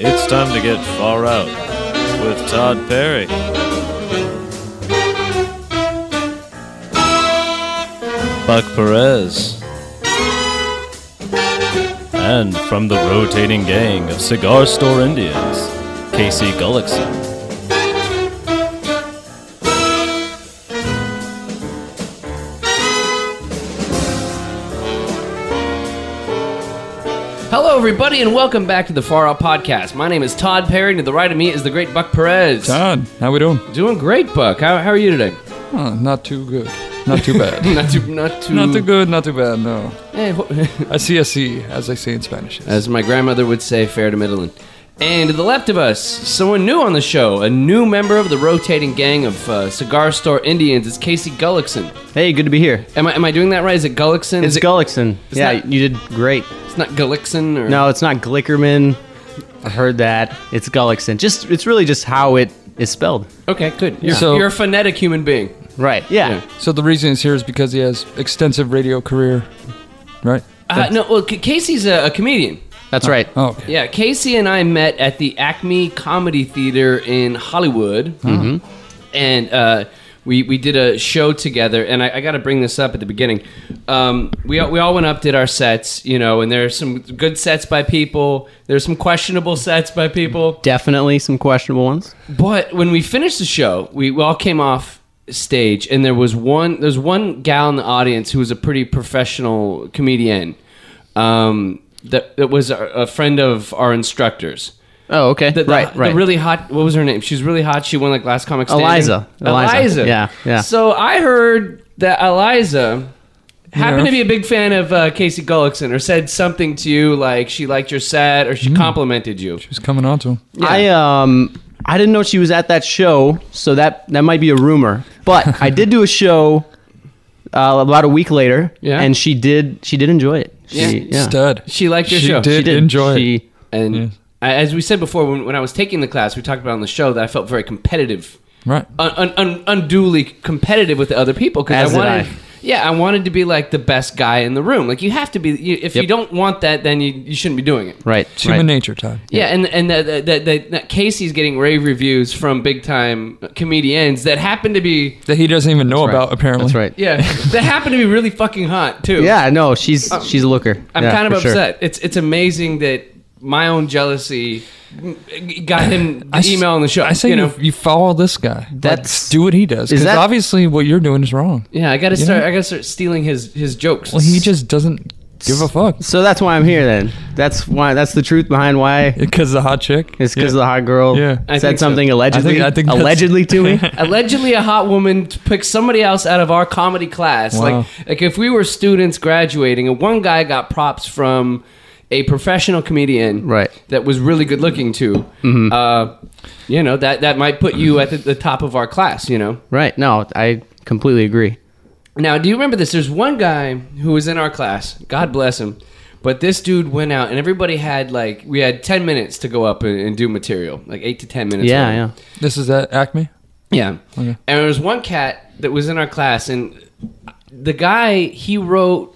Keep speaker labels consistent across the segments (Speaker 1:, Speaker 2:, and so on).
Speaker 1: It's time to get far out with Todd Perry. Buck Perez. And from the rotating gang of Cigar Store Indians, Casey Gullickson.
Speaker 2: Hello, everybody, and welcome back to the Far Out Podcast. My name is Todd Perry, and to the right of me is the great Buck Perez.
Speaker 3: Todd, how we doing?
Speaker 2: Doing great, Buck. How, how are you today?
Speaker 3: Huh, not too good. Not too bad.
Speaker 2: Not too, not too,
Speaker 3: not too good, not too bad, no.
Speaker 2: Eh, wh-
Speaker 3: I see, I see, as I say in Spanish.
Speaker 2: as my grandmother would say, fair to middling. And to the left of us, someone new on the show, a new member of the rotating gang of uh, cigar store Indians. It's Casey Gullickson.
Speaker 4: Hey, good to be here.
Speaker 2: Am I am I doing that right? Is it Gullickson?
Speaker 4: It's
Speaker 2: Is it-
Speaker 4: Gullickson.
Speaker 2: it's
Speaker 4: yeah,
Speaker 2: not-
Speaker 4: you did great.
Speaker 2: It's not Gullickson or
Speaker 4: No, it's not Glickerman. I heard that. It's Gullickson. Just it's really just how it is spelled.
Speaker 2: Okay, good. You're,
Speaker 3: So-
Speaker 2: you're a phonetic human being.
Speaker 4: Right. Yeah.
Speaker 2: Yeah.
Speaker 3: so the reason he's here is because he has extensive radio career, right?
Speaker 2: Uh, no, well, C- Casey's a, a comedian.
Speaker 4: That's right.
Speaker 3: Oh, okay.
Speaker 2: Yeah, Casey and I met at the Acme Comedy Theater in Hollywood, mm-hmm. and uh, we we did a show together. And I, I got to bring this up at the beginning. Um, we all- we all went up, did our sets, you know, and there's some good sets by people. There's some questionable sets by people.
Speaker 4: Definitely some questionable ones.
Speaker 2: But when we finished the show, we, we all came off stage, and there was one there's one gal in the audience who was a pretty professional comedian. Um, that, that was a, a friend of our instructors.
Speaker 4: Oh, okay.
Speaker 2: The, the,
Speaker 4: right.
Speaker 2: the
Speaker 4: Right.
Speaker 2: really hot. What was her name? She was really hot. She won like last comic standing.
Speaker 4: Eliza.
Speaker 2: Eliza.
Speaker 4: Eliza. Yeah, yeah.
Speaker 2: So I heard that Eliza happened to
Speaker 3: Yeah.
Speaker 2: be a big fan of uh, Casey Gullickson, or said something to you like she liked your set, or she complimented you.
Speaker 3: He was coming on to him.
Speaker 4: I um I didn't know she was at that show, so that that might be a rumor. But I did do a show uh, about a week later,
Speaker 2: Yeah.
Speaker 4: and she did she did enjoy it. She,
Speaker 2: Yeah.
Speaker 3: Stud.
Speaker 2: She liked your
Speaker 3: She
Speaker 2: show.
Speaker 3: did.
Speaker 4: She did
Speaker 3: enjoy it.
Speaker 4: She,
Speaker 2: And I- as we said before, when, when I was taking the class, we talked about on the show that I felt very competitive,
Speaker 3: Right.
Speaker 2: un, un, un, unduly competitive with the other people because
Speaker 4: As
Speaker 2: I
Speaker 4: did
Speaker 2: wanted.
Speaker 4: I.
Speaker 2: Yeah, I wanted to be like the best guy in the room. Like you have to be. You, if you
Speaker 4: Yep.
Speaker 2: don't want that, then you, you shouldn't be doing it.
Speaker 4: Right.
Speaker 3: It's human
Speaker 4: right.
Speaker 3: nature, Todd.
Speaker 2: Yeah, and and that that- that that that Casey's getting rave reviews from big time comedians that happen to be
Speaker 3: That he doesn't even know about, apparently.
Speaker 4: That's right.
Speaker 2: yeah that happen to be really fucking hot too.
Speaker 4: Yeah, no, she's she's a looker.
Speaker 2: I'm
Speaker 4: Yeah,
Speaker 2: kind of
Speaker 4: for sure.
Speaker 2: upset. It's it's amazing that my own jealousy got him
Speaker 3: I
Speaker 2: the
Speaker 3: s-
Speaker 2: email on the show.
Speaker 3: I say
Speaker 2: you
Speaker 3: you,
Speaker 2: know.
Speaker 3: you follow this guy. That's
Speaker 4: That's-
Speaker 3: do what he does.
Speaker 4: Is
Speaker 3: Because
Speaker 4: that-
Speaker 3: obviously what you're doing is wrong.
Speaker 2: Yeah, I gotta
Speaker 3: You
Speaker 2: start.
Speaker 3: know?
Speaker 2: I gotta start stealing his his jokes.
Speaker 3: Well, he just doesn't give a fuck.
Speaker 4: So that's why I'm here then. That's why that's the truth behind why
Speaker 3: Because the hot chick.
Speaker 4: it's because the hot girl
Speaker 3: Yeah.
Speaker 2: I think
Speaker 4: said
Speaker 2: so.
Speaker 4: something allegedly
Speaker 3: I think that's-
Speaker 4: allegedly to me.
Speaker 2: allegedly a hot woman t- picked somebody else out of our comedy class.
Speaker 3: Wow.
Speaker 2: Like like if we were students graduating, and one guy got props from a professional comedian,
Speaker 4: Right.
Speaker 2: that was really good looking too. Uh, you know that that might put you at the, the top of our class. You know.
Speaker 4: right. No, I completely agree.
Speaker 2: Now, do you remember this? There's one guy who was in our class. God bless him. But this dude went out, and everybody had like we had ten minutes to go up and, and do material, like eight to ten minutes.
Speaker 4: yeah,
Speaker 2: whatever.
Speaker 4: yeah.
Speaker 3: This is at Acme?
Speaker 2: Yeah.
Speaker 3: Okay.
Speaker 2: And there was one cat that was in our class, and the guy, he wrote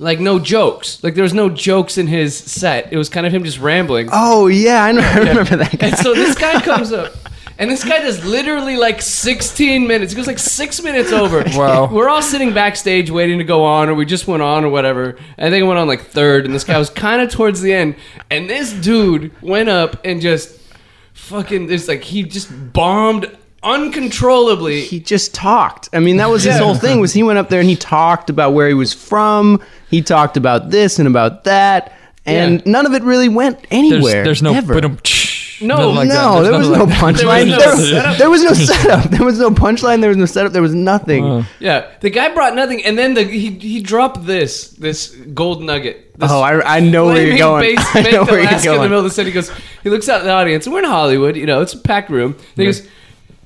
Speaker 2: like no jokes. Like there was no jokes in his set. It was kind of him just rambling.
Speaker 4: Oh yeah, I, know, I remember that guy.
Speaker 2: And so this guy comes up. And this guy does literally like 16 minutes. He goes like six minutes over.
Speaker 3: Wow.
Speaker 2: We're all sitting backstage waiting to go on, or we just went on, or whatever. I think it went on like third, and this guy was kind of towards the end. And this dude went up and just fucking, it's like he just bombed uncontrollably.
Speaker 4: he just talked. I mean, that was his whole thing. Was he went up there and he talked about where he was from. He talked about this and about that, and
Speaker 2: Yeah.
Speaker 4: none of it really went
Speaker 3: There's,
Speaker 4: anywhere.
Speaker 3: there's no um,
Speaker 4: ever.
Speaker 3: no,
Speaker 2: No, like that.
Speaker 4: no, there was no punchline.
Speaker 2: no
Speaker 4: There,
Speaker 2: setup.
Speaker 4: there was no setup. There was no punchline. There was no setup. There was nothing.
Speaker 2: Uh, Yeah, the guy brought nothing, and then the, he he dropped this this gold nugget. This
Speaker 4: Oh, I, I know where
Speaker 2: flaming
Speaker 4: you're going.
Speaker 2: Base,
Speaker 4: I
Speaker 2: baked
Speaker 4: know
Speaker 2: Alaska
Speaker 4: where you're
Speaker 2: In the
Speaker 4: going.
Speaker 2: middle of the city, he goes. He looks out at the audience. and We're in Hollywood, you know. It's a packed room. And he goes.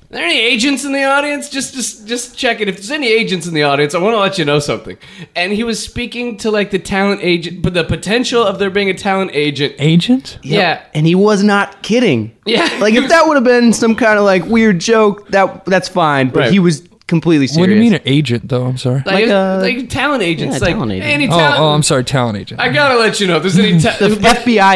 Speaker 2: Are there any agents in the audience? Just, just, just check it. If there's any agents in the audience, I want to let you know something. And he was speaking to like the talent agent, but the potential of there being a talent agent.
Speaker 3: agent.
Speaker 2: Yeah,
Speaker 4: And he was not kidding.
Speaker 2: Yeah.
Speaker 4: Like if that would have been some kind of like weird joke, that that's fine. But
Speaker 2: Right.
Speaker 4: he was completely serious.
Speaker 3: What do you mean an agent, though? I'm sorry.
Speaker 2: Like,
Speaker 4: Like a-
Speaker 2: like talent agents,
Speaker 4: Yeah,
Speaker 2: like
Speaker 4: talent agent.
Speaker 2: any
Speaker 3: Oh,
Speaker 2: talent.
Speaker 3: oh, I'm sorry, talent agent.
Speaker 2: I gotta let you know if there's any ta-
Speaker 4: the FBI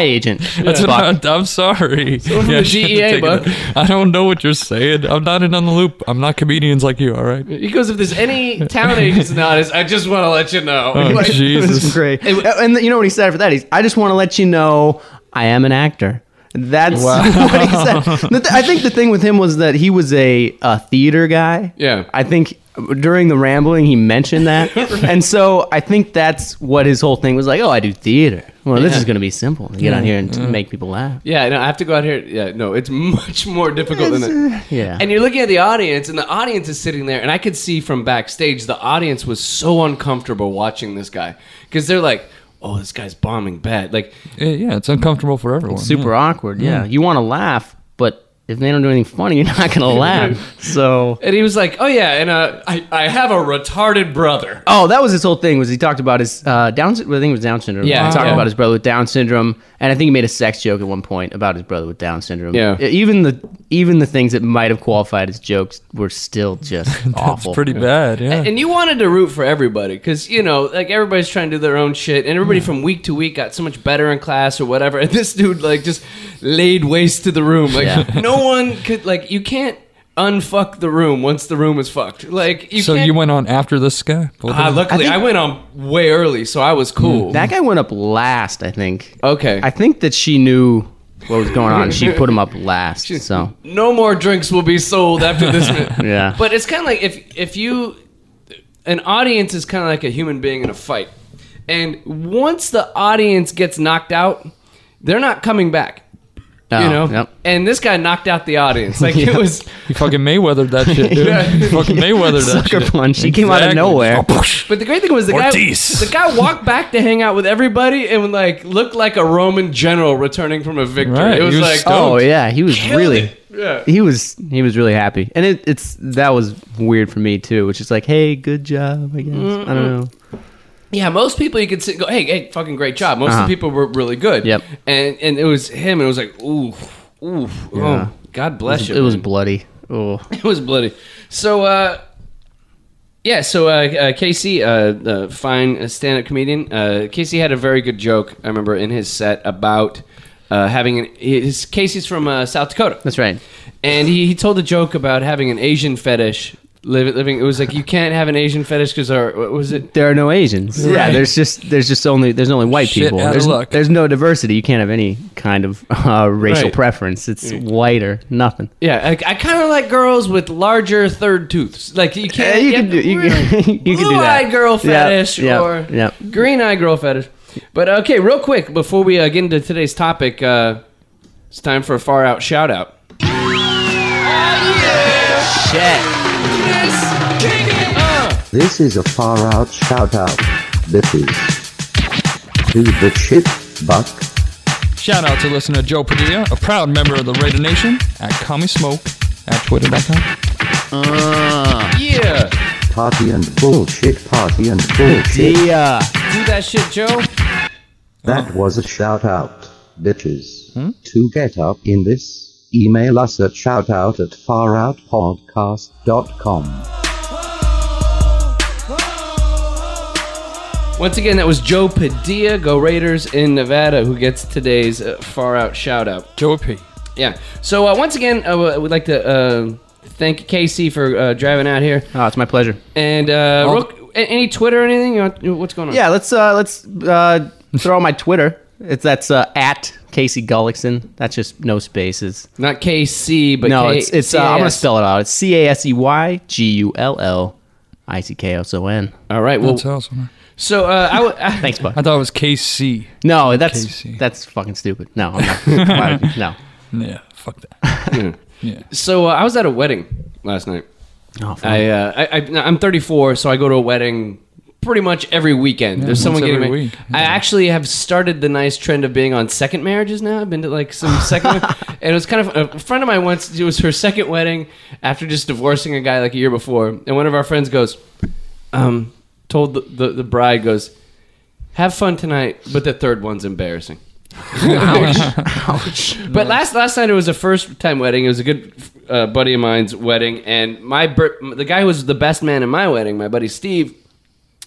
Speaker 4: agent.
Speaker 3: That's what
Speaker 4: Fuck.
Speaker 3: I'm, I'm sorry.
Speaker 2: from the
Speaker 3: Yeah, I shouldn't have
Speaker 2: GEA,
Speaker 3: taken
Speaker 2: bud.
Speaker 3: that. I don't know what you're saying. I'm not in on the loop. I'm not comedians like you. All right.
Speaker 2: He goes, if there's any talent agents in the audience, I just want to let you know.
Speaker 3: Oh,
Speaker 2: Like,
Speaker 4: This is
Speaker 3: Jesus.
Speaker 4: great. And, and you know what he said for that? He's, I just want to let you know I am an actor. That's what he said. The th- I think the thing with him was that he was a, a theater guy.
Speaker 2: Yeah.
Speaker 4: I think during the rambling, he mentioned that. And so I think that's what his whole thing was like. Oh, I do theater. Well, this
Speaker 2: Yeah.
Speaker 4: is going to be simple. Get out here and t- make people laugh.
Speaker 2: yeah, no, I have to go out here. Yeah, no, it's much more difficult than that.
Speaker 4: Yeah.
Speaker 2: And you're looking at the audience, and the audience is sitting there, and I could see from backstage the audience was so uncomfortable watching this guy because they're like, "Oh, this guy's bombing bad." Like,
Speaker 3: Eh, Yeah, it's uncomfortable for everyone.
Speaker 2: Mm-hmm.
Speaker 4: Super awkward. Yeah. You want to laugh, but if they don't do anything funny, you're not going to laugh. So.
Speaker 2: and he was like, "Oh yeah, and uh, I I have a retarded brother."
Speaker 4: Oh, that was his whole thing. Was he talked about his uh, Down? sy- I think it was Down syndrome.
Speaker 2: Yeah,
Speaker 4: he talked
Speaker 2: yeah.
Speaker 4: about his brother with Down syndrome, and I think he made a sex joke at one point about his brother with Down syndrome.
Speaker 2: Yeah.
Speaker 4: E- even the even the things that might have qualified as jokes were still just
Speaker 3: That's
Speaker 4: awful.
Speaker 3: pretty bad. Yeah.
Speaker 2: And you wanted to root for everybody because you know, like everybody's trying to do their own shit, and everybody from week to week got so much better in class or whatever. And this dude like just laid waste to the room. Like
Speaker 4: Yeah.
Speaker 2: no one could like you can't unfuck the room once the room is fucked. Like you
Speaker 3: so
Speaker 2: can't.
Speaker 3: you went on after this guy? Both of
Speaker 2: Ah,
Speaker 3: you?
Speaker 2: luckily,
Speaker 4: I
Speaker 2: I,
Speaker 4: think- Mm.
Speaker 2: went on way early, so I was cool.
Speaker 4: That guy went up last, I think.
Speaker 2: okay.
Speaker 4: I think that she knew what was going on. She put him up last. So
Speaker 2: no more drinks will be sold after this. minute.
Speaker 4: yeah,
Speaker 2: But it's kind of like if if you an audience is kind of like a human being in a fight, and once the audience gets knocked out, they're not coming back.
Speaker 4: Oh,
Speaker 2: you know,
Speaker 4: yep.
Speaker 2: and this guy knocked out the audience. Like it was,
Speaker 3: You fucking Mayweethered that shit, dude.
Speaker 2: Yeah.
Speaker 3: You fucking Mayweathered that
Speaker 4: Sucker
Speaker 3: shit. Oh,
Speaker 4: punch. He came out of nowhere.
Speaker 2: but the great thing was the guy,
Speaker 3: Ortiz.
Speaker 2: the guy walked back to hang out with everybody and like looked like a Roman general returning from a victory.
Speaker 3: Right,
Speaker 2: It was,
Speaker 3: he was
Speaker 2: like,
Speaker 3: stoked.
Speaker 4: Oh yeah, he was
Speaker 2: killed
Speaker 4: really.
Speaker 2: it. yeah.
Speaker 4: He was he was really happy, and it, it's that was weird for me too. Which is like, hey, good job, I guess. I don't know.
Speaker 2: Yeah, most people you could sit and go, hey, hey, fucking great job. Most of
Speaker 4: Uh-huh.
Speaker 2: the people were really good.
Speaker 4: Yep.
Speaker 2: And and it was him, and it was like, ooh, ooh,
Speaker 4: Yeah.
Speaker 2: oh, God bless
Speaker 4: It
Speaker 2: you.
Speaker 4: was
Speaker 2: man.
Speaker 4: bloody. Oh,
Speaker 2: it was bloody. So, uh, yeah, so uh, uh, Casey, uh, uh, fine stand up comedian, uh, Casey had a very good joke, I remember, in his set about uh, having an. His, Casey's from uh, South Dakota.
Speaker 4: that's right.
Speaker 2: And he, he told a joke about having an Asian fetish. Living, living, it was like you can't have an Asian fetish because our what was it?
Speaker 4: There are no Asians. Yeah,
Speaker 2: Right.
Speaker 4: there's just there's just only there's only white
Speaker 3: Shit
Speaker 4: people.
Speaker 3: outta
Speaker 4: There's,
Speaker 3: luck.
Speaker 4: there's no diversity. You can't have any kind of uh, racial
Speaker 2: Right. Mm.
Speaker 4: preference. It's white or nothing.
Speaker 2: Yeah, I, I kind of like girls with larger third tooths. Like you
Speaker 4: Yeah,
Speaker 2: can't.
Speaker 4: Eh, you can do you can, you can do that.
Speaker 2: Blue-eyed girl
Speaker 4: Yep,
Speaker 2: fetish
Speaker 4: yep,
Speaker 2: or
Speaker 4: yep.
Speaker 2: green-eyed girl fetish. But okay, real quick before we uh, get into today's topic, uh, it's time for a far out shout out.
Speaker 4: shit.
Speaker 5: This is a far out shout out. This is to the chip buck.
Speaker 3: Shout out to listener Joe Padilla, a proud member of the Raider Nation, at Commie Smoke, at Twitter.com.
Speaker 2: Yeah,
Speaker 5: Party and bullshit, party and bullshit.
Speaker 4: Yeah.
Speaker 2: do that shit, Joe.
Speaker 5: That was a shout out, bitches. To get up in this, email us at shoutout at faroutpodcast.com.
Speaker 2: Once again, that was Joe Padilla, Go Raiders in Nevada, who gets today's uh, far out shout out.
Speaker 3: Joe P.
Speaker 2: Yeah. So uh, once again, I would I would like to uh, thank Casey for uh, driving out here.
Speaker 4: Oh, it's my pleasure.
Speaker 2: And uh,
Speaker 3: All
Speaker 2: real- a- any Twitter or anything? You want, what's going on?
Speaker 4: Yeah, let's uh, let's uh, throw out my Twitter. It's that's uh, at Casey Gullickson. That's just no spaces.
Speaker 2: Not KC, but
Speaker 4: no,
Speaker 2: K-
Speaker 4: it's it's. Uh, I'm gonna
Speaker 2: CAS.
Speaker 4: spell it out. It's C A S E Y G U L L I C K S O N.
Speaker 2: All right. Well,
Speaker 3: That's awesome. man.
Speaker 2: so uh, I would. I-
Speaker 4: Thanks,
Speaker 3: I
Speaker 4: bud.
Speaker 3: thought it was KC.
Speaker 4: No, that's
Speaker 3: Casey.
Speaker 4: that's fucking stupid. No, I'm not. Why would you- no.
Speaker 3: Yeah, fuck that.
Speaker 2: Hmm. so uh, I was at a wedding last night.
Speaker 4: Oh, fuck.
Speaker 2: I, uh, I, I I'm 34, so I go to a wedding pretty much every weekend. There's someone
Speaker 3: once
Speaker 2: getting
Speaker 3: every
Speaker 2: married.
Speaker 3: week.
Speaker 2: I actually have started the nice trend of being on second marriages now. I've been to like some second, and it was kind of a friend of mine once. It was her second wedding after just divorcing a guy like a year before, and one of our friends goes, um, told the, the the bride goes, "Have fun tonight, but the third one's embarrassing." But last last night it was a first time wedding. It was a good uh, buddy of mine's wedding, and my bir- the guy who was the best man in my wedding, my buddy Steve.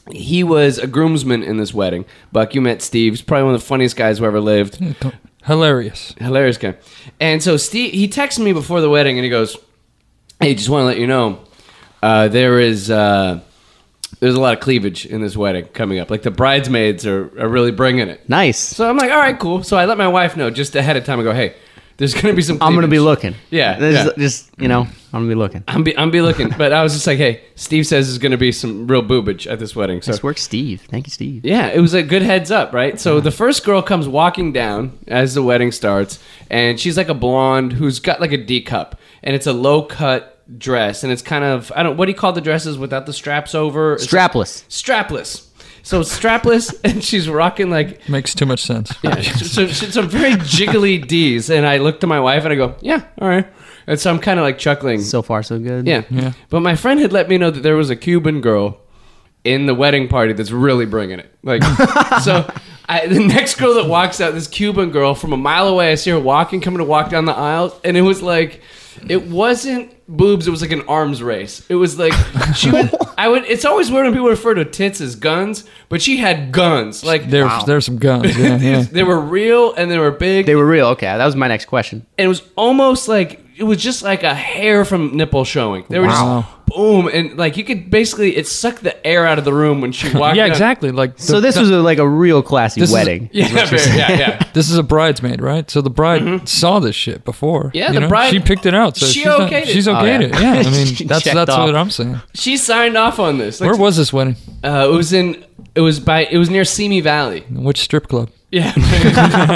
Speaker 2: He was a groomsman in this wedding. Buck, you met Steve. He's probably one of the funniest guys who ever lived.
Speaker 3: Hilarious.
Speaker 2: Hilarious guy. And so Steve, he texted me before the wedding, and he goes, "Hey, just want to let you know, uh, there is uh, there's a lot of cleavage in this wedding coming up. Like the bridesmaids are, are really bringing it.
Speaker 4: Nice.
Speaker 2: So I'm like, all right, cool. So I let my wife know just ahead of time. I go, hey, there's gonna be some.
Speaker 4: I'm gonna be
Speaker 2: cleavage.
Speaker 4: looking.
Speaker 2: Yeah,
Speaker 4: This is
Speaker 2: yeah.
Speaker 4: just you know, I'm gonna be looking.
Speaker 2: I'm be, I'm be looking, but I was just like, hey, Steve says there's gonna be some real boobage at this wedding. So
Speaker 4: Nice work, Steve. Thank you, Steve.
Speaker 2: yeah, it was a good heads up, right? So the first girl comes walking down as the wedding starts, and she's like a blonde who's got like a D cup, and it's a low cut dress, and it's kind of I don't what do you call the dresses without the straps over? It's
Speaker 4: Strapless.
Speaker 2: strapless. So it's strapless, and she's rocking like
Speaker 3: Makes too much sense.
Speaker 2: so, so, some very jiggly D's, and I look to my wife and I go, "Yeah, all right." And so I'm kind of like chuckling.
Speaker 4: So far, so good.
Speaker 2: yeah.
Speaker 3: Yeah.
Speaker 2: But my friend had let me know that there was a Cuban girl in the wedding party that's really bringing it. Like, so I, the next girl that walks out, this Cuban girl from a mile away, I see her walking, coming to walk down the aisle, and it was like, it wasn't boobs. It was like an arms race. It was like she would. I would. It's always weird when people refer to tits as guns, but she had guns. Like
Speaker 3: There's there's some guns. Yeah, yeah.
Speaker 2: they were real and they were big
Speaker 4: They were real. Okay, that was my next question.
Speaker 2: and it was almost like it was just like a hair from nipple showing they were
Speaker 3: Wow.
Speaker 2: just boom and like you could basically it sucked the air out of the room when she walked
Speaker 3: yeah,
Speaker 2: out.
Speaker 3: exactly. Like the-
Speaker 4: So this
Speaker 3: the-
Speaker 4: was a, like a real classy
Speaker 3: This is-
Speaker 4: wedding.
Speaker 2: yeah very- yeah yeah
Speaker 3: this is a bridesmaid, right? So the bride saw this shit before.
Speaker 2: Mm-hmm. Yeah,
Speaker 3: you
Speaker 2: the
Speaker 3: know?
Speaker 2: bride-
Speaker 3: She picked it out. So
Speaker 2: She
Speaker 3: she's not-
Speaker 2: okayed it.
Speaker 3: She's
Speaker 2: Oh,
Speaker 3: okayed
Speaker 4: yeah.
Speaker 3: it. Yeah, I mean
Speaker 4: She
Speaker 3: that's
Speaker 4: checked
Speaker 3: that's
Speaker 4: off.
Speaker 3: what I'm saying.
Speaker 2: she signed off on this like,
Speaker 3: Where was this wedding?
Speaker 2: uh, it was in it was by it was near Simi Valley
Speaker 3: Which strip club?
Speaker 2: yeah